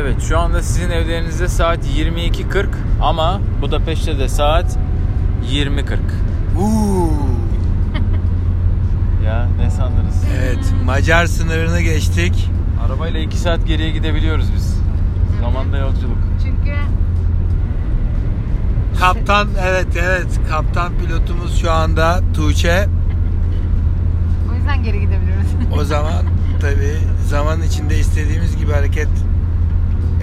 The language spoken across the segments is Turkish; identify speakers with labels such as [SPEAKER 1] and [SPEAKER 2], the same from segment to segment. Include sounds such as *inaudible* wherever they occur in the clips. [SPEAKER 1] Evet şu anda sizin evlerinizde saat 22.40 ama Budapeşte de saat 20.40.
[SPEAKER 2] Uuu.
[SPEAKER 1] Ya ne sandınız?
[SPEAKER 2] Evet Macar sınırını geçtik.
[SPEAKER 1] Arabayla 2 saat geriye gidebiliyoruz biz. Zamanda yolculuk.
[SPEAKER 3] Çünkü
[SPEAKER 2] Kaptan evet evet kaptan pilotumuz şu anda Tuğçe.
[SPEAKER 3] o yüzden geri gidebiliyoruz.
[SPEAKER 2] O zaman tabi zaman içinde istediğimiz gibi hareket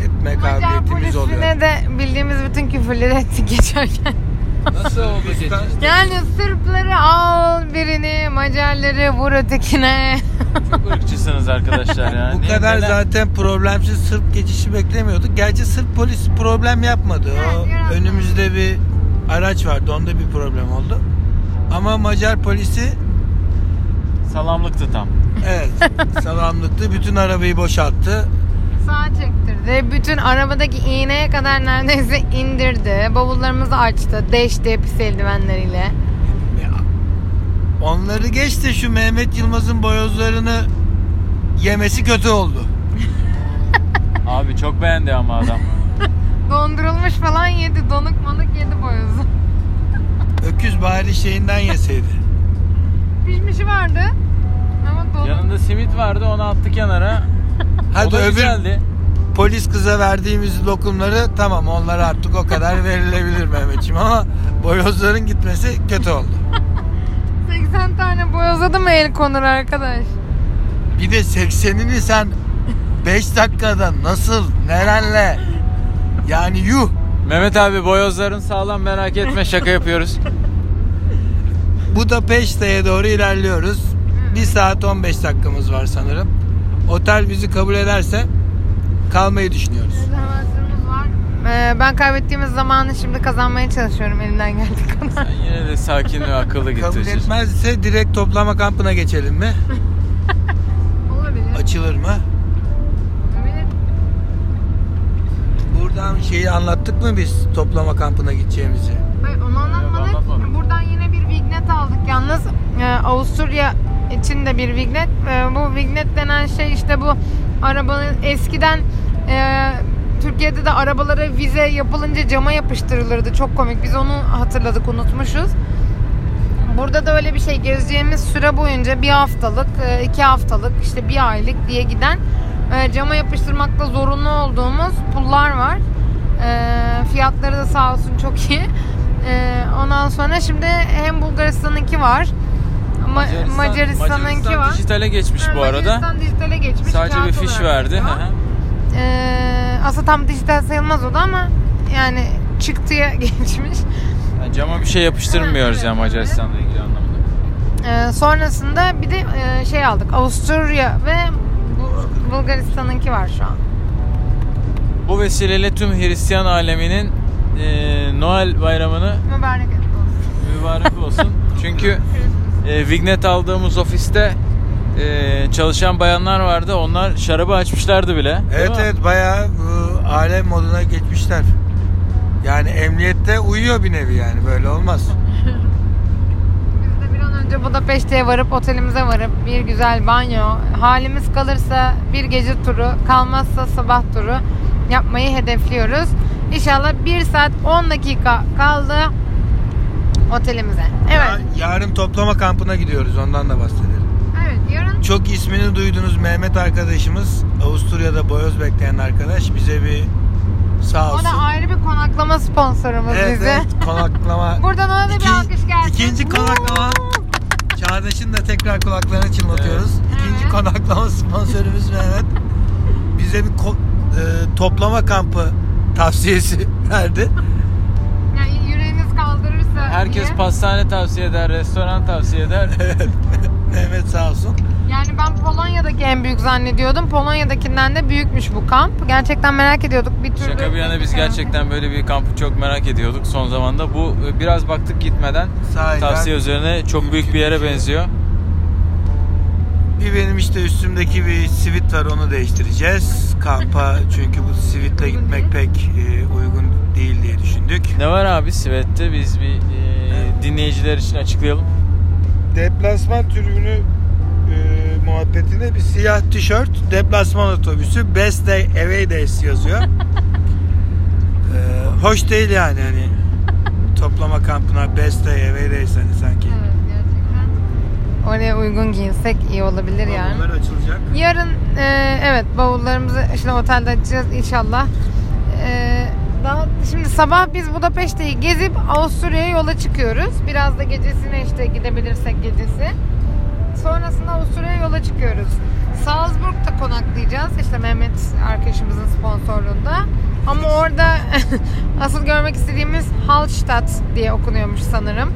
[SPEAKER 2] etme
[SPEAKER 3] Macar
[SPEAKER 2] kabiliyetimiz oluyor.
[SPEAKER 3] polisine de bildiğimiz bütün küfürleri ettik geçerken. *laughs*
[SPEAKER 2] Nasıl o
[SPEAKER 3] Yani Sırpları al birini, Macarları vur ötekine. *laughs*
[SPEAKER 2] *laughs*
[SPEAKER 1] Çok ırkçısınız arkadaşlar ya.
[SPEAKER 2] Bu
[SPEAKER 1] Ne-
[SPEAKER 2] kadar
[SPEAKER 1] neler-
[SPEAKER 2] zaten problemsiz Sırp geçişi beklemiyorduk. Gerçi Sırp polis problem yapmadı. O
[SPEAKER 3] Evet, yaratmadı.
[SPEAKER 2] önümüzde bir araç vardı. Onda bir problem oldu. Ama Macar polisi
[SPEAKER 1] Salamlıktı tam.
[SPEAKER 3] *laughs*
[SPEAKER 2] evet salamlıktı. Bütün arabayı boşalttı.
[SPEAKER 3] Sağa çektirdi. Bütün arabadaki iğneye kadar neredeyse indirdi. Bavullarımızı açtı. Deşti pis eldivenleriyle.
[SPEAKER 2] Ya, Onları geç de şu Mehmet Yılmaz'ın boyozlarını yemesi kötü oldu.
[SPEAKER 1] Abi çok beğendi ama
[SPEAKER 2] *laughs*
[SPEAKER 1] adam.
[SPEAKER 3] Dondurulmuş falan yedi. Donuk manık yedi boyozu. *laughs*
[SPEAKER 2] Öküz bari
[SPEAKER 1] *laughs*
[SPEAKER 2] şeyinden yeseydi.
[SPEAKER 3] Pişmişi vardı. Ama donuk.
[SPEAKER 1] Yanında simit vardı onu attı kenara. o
[SPEAKER 2] Hadi
[SPEAKER 1] da
[SPEAKER 2] öbür
[SPEAKER 1] güzeldi.
[SPEAKER 2] polis kıza verdiğimiz lokumları tamam onlar artık o kadar verilebilir Mehmetciğim ama boyozların gitmesi kötü oldu.
[SPEAKER 3] 80 tane boyoza da mı el konur arkadaş?
[SPEAKER 2] Bir de 80'ini sen 5 dakikada nasıl nerenle yani yuh
[SPEAKER 1] Mehmet abi boyozların sağlam merak etme şaka
[SPEAKER 2] *laughs*
[SPEAKER 1] yapıyoruz.
[SPEAKER 2] Bu da Peşte'ye doğru ilerliyoruz. 1 saat 15 dakikamız var sanırım. Otel bizi kabul ederse kalmayı düşünüyoruz.
[SPEAKER 3] Rezervasyonumuz var. Ee, ben kaybettiğimiz zamanı şimdi kazanmaya çalışıyorum elimden geldiği kadar.
[SPEAKER 1] Sen yine de sakin ve akıllı git.
[SPEAKER 2] Kabul
[SPEAKER 1] Recep.
[SPEAKER 2] etmezse direkt toplama kampına geçelim mi?
[SPEAKER 3] Olabilir.
[SPEAKER 2] Açılır mı?
[SPEAKER 3] Olabilir.
[SPEAKER 2] Buradan şeyi anlattık mı biz toplama kampına gideceğimizi?
[SPEAKER 3] Hayır onu
[SPEAKER 1] Yok, anlatmadım.
[SPEAKER 3] anlatmadık. Buradan yine bir vignet aldık yalnız. Ee, Avusturya için de bir vignet. Ee, bu vignet denen şey işte bu arabanın eskiden e, Türkiye'de de arabalara vize yapılınca cama yapıştırılırdı. Çok komik. Biz onu hatırladık unutmuşuz. Burada da öyle bir şey gezeceğimiz süre boyunca bir haftalık, e, iki haftalık, işte bir aylık diye giden e, cama yapıştırmakla zorunlu olduğumuz pullar var. E, Fiyatları da sağ olsun çok iyi. E, Ondan sonra şimdi hem Bulgaristan'ınki var, Ma-
[SPEAKER 1] Macaristan-
[SPEAKER 3] Macaristan'ınki
[SPEAKER 1] Macaristan
[SPEAKER 3] var.
[SPEAKER 1] dijitale geçmiş
[SPEAKER 3] Ha,
[SPEAKER 1] bu arada.
[SPEAKER 3] Macaristan dijitale geçmiş.
[SPEAKER 1] Sadece bir
[SPEAKER 3] kağıt
[SPEAKER 1] fiş
[SPEAKER 3] olarak
[SPEAKER 1] verdi.
[SPEAKER 3] geçiyor.
[SPEAKER 1] Hı hı.
[SPEAKER 3] E, Aslında tam dijital sayılmaz o da ama yani çıktıya *laughs* geçmiş.
[SPEAKER 1] Yani cama bir şey yapıştırmıyoruz
[SPEAKER 3] Evet,
[SPEAKER 1] ya
[SPEAKER 3] evet.
[SPEAKER 1] Macaristan'la ilgili anlamda.
[SPEAKER 3] Ee, sonrasında bir de e, şey aldık. Avusturya ve Bu- Bulgaristan'ınki var şu an.
[SPEAKER 1] Bu vesileyle tüm Hristiyan aleminin e, Noel bayramını
[SPEAKER 3] Mübarek olsun.
[SPEAKER 1] mübarek
[SPEAKER 3] *laughs*
[SPEAKER 1] olsun. Çünkü e, Vignet aldığımız ofiste e, çalışan bayanlar vardı. Onlar şarabı açmışlardı bile. Değil
[SPEAKER 2] Evet
[SPEAKER 1] mi?
[SPEAKER 2] evet bayağı bu, alem moduna geçmişler. Yani emniyette uyuyor bir nevi yani böyle olmaz.
[SPEAKER 3] Biz de bir an önce Budapeşte'ye varıp otelimize varıp bir güzel banyo, halimiz kalırsa bir gece turu, kalmazsa sabah turu yapmayı hedefliyoruz. İnşallah 1 saat 10 dakika kaldı otelimize. Evet.
[SPEAKER 2] Ya- Yarın toplama kampına gidiyoruz ondan da bahsedelim.
[SPEAKER 3] Evet, yarın
[SPEAKER 2] Çok ismini duyduğunuz Mehmet arkadaşımız Avusturya'da boyoz bekleyen arkadaş bize bir sağ
[SPEAKER 3] o
[SPEAKER 2] olsun.
[SPEAKER 3] da ayrı bir konaklama sponsorumuz
[SPEAKER 2] evet,
[SPEAKER 3] bize.
[SPEAKER 2] evet,
[SPEAKER 3] *laughs*
[SPEAKER 2] konaklama.
[SPEAKER 3] Buradan ona da bir
[SPEAKER 2] İki-
[SPEAKER 3] alkış gelsin.
[SPEAKER 2] İkinci konaklama. Çağdaş'ın da tekrar kulaklarını çınlatıyoruz. İkinci
[SPEAKER 3] Evet.
[SPEAKER 2] konaklama sponsorumuz Mehmet. Bize bir ko- e, toplama kampı tavsiyesi *laughs* verdi.
[SPEAKER 3] Yani yüreğiniz kaldırırsa
[SPEAKER 1] Herkes
[SPEAKER 3] diye.
[SPEAKER 1] pastane tavsiye eder, restoran tavsiye
[SPEAKER 2] *laughs*
[SPEAKER 1] eder.
[SPEAKER 2] Mehmet sağ olsun.
[SPEAKER 3] Yani ben Polonya'daki en büyük zannediyordum. Polonya'dakinden de büyükmüş bu kamp. Gerçekten merak ediyorduk bir türlü.
[SPEAKER 1] Şaka bir yana biz gerçekten böyle bir kampı çok merak ediyorduk son zamanda. Bu e, biraz baktık gitmeden
[SPEAKER 2] Sahiden.
[SPEAKER 1] tavsiye üzerine çok büyük bir yere benziyor.
[SPEAKER 2] Bir benim işte üstümdeki bir sivit var onu değiştireceğiz. Kampa çünkü bu sivitle
[SPEAKER 3] Uygun
[SPEAKER 2] gitmek pek e, uygun değil diye düşündük.
[SPEAKER 1] Ne var abi Sivet'te biz bir e, dinleyiciler için açıklayalım.
[SPEAKER 2] Deplasman tribünü e, muhabbetinde bir siyah tişört deplasman otobüsü best day away days yazıyor. E, hoş değil yani hani toplama kampına best day away days hani sanki.
[SPEAKER 3] Evet gerçekten. Oraya uygun giyinsek iyi olabilir yani.
[SPEAKER 2] Bunlar açılacak.
[SPEAKER 3] Yarın e, evet bavullarımızı işte otelde açacağız inşallah. E, daha şimdi sabah biz Budapeşte'yi gezip Avusturya'ya yola çıkıyoruz. Biraz da gecesine işte gidebilirsek gecesi. Sonrasında Avusturya'ya yola çıkıyoruz. Salzburg'da konaklayacağız. İşte Mehmet arkadaşımızın sponsorluğunda. Ama orada *laughs* asıl görmek istediğimiz Hallstatt diye okunuyormuş sanırım.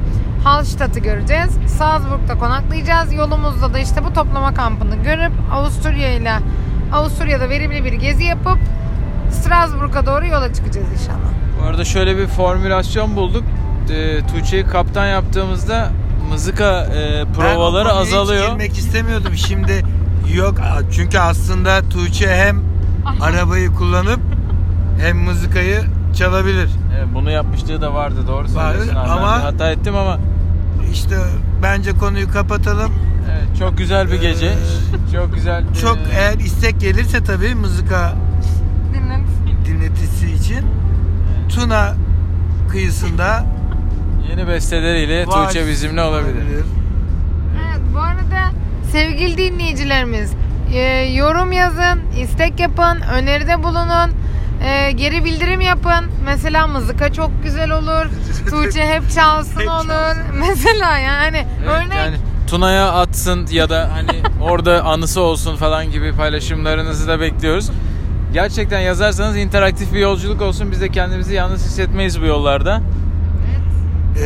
[SPEAKER 3] Hallstatt'ı göreceğiz. Salzburg'da konaklayacağız. Yolumuzda da işte bu toplama kampını görüp Avusturya ile Avusturya'da verimli bir gezi yapıp Strasbourg'a doğru yola çıkacağız inşallah.
[SPEAKER 1] Bu arada şöyle bir formülasyon bulduk. E, Tuğçe'yi kaptan yaptığımızda mızıka e, provaları
[SPEAKER 2] Ben o konuya Hiç
[SPEAKER 1] azalıyor.
[SPEAKER 2] girmek istemiyordum şimdi. Yok çünkü aslında Tuğçe hem arabayı kullanıp hem mızıkayı çalabilir.
[SPEAKER 1] Evet, E, bunu yapmışlığı da vardı doğru söylüyorsun. abi.
[SPEAKER 2] ama-
[SPEAKER 1] Ben de hata ettim ama
[SPEAKER 2] İşte bence konuyu kapatalım.
[SPEAKER 1] evet, çok güzel bir gece.
[SPEAKER 2] Ee,
[SPEAKER 1] çok güzel. e,
[SPEAKER 2] Çok eğer istek gelirse tabii mızıka
[SPEAKER 3] Dinlen.
[SPEAKER 2] dinletisi için Tuna kıyısında e-
[SPEAKER 1] yeni besteleriyle Tuğçe
[SPEAKER 2] vals
[SPEAKER 1] bizimle olabilir.
[SPEAKER 3] Evet, bu arada sevgili dinleyicilerimiz e, yorum yazın, istek yapın, öneride bulunun, e, geri bildirim yapın. Mesela mızıka çok güzel *laughs* olur, Tuğçe hep çalsın
[SPEAKER 2] Hep
[SPEAKER 3] olur. *laughs*
[SPEAKER 2] çalsın.
[SPEAKER 3] Mesela yani
[SPEAKER 1] Evet,
[SPEAKER 3] örnek.
[SPEAKER 1] yani Tuna'ya atsın ya da hani orada anısı olsun falan gibi paylaşımlarınızı da bekliyoruz. Gerçekten yazarsanız interaktif bir yolculuk olsun. Biz de kendimizi yalnız hissetmeyiz bu yollarda.
[SPEAKER 2] Ee,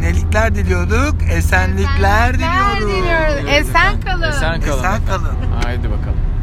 [SPEAKER 2] nelikler diliyorduk, esenlikler,
[SPEAKER 3] Esenlikler diliyoruz.
[SPEAKER 2] diliyoruz.
[SPEAKER 3] Esen kalın.
[SPEAKER 1] Esen kalın.
[SPEAKER 2] Esen kalın.
[SPEAKER 1] Haydi bakalım.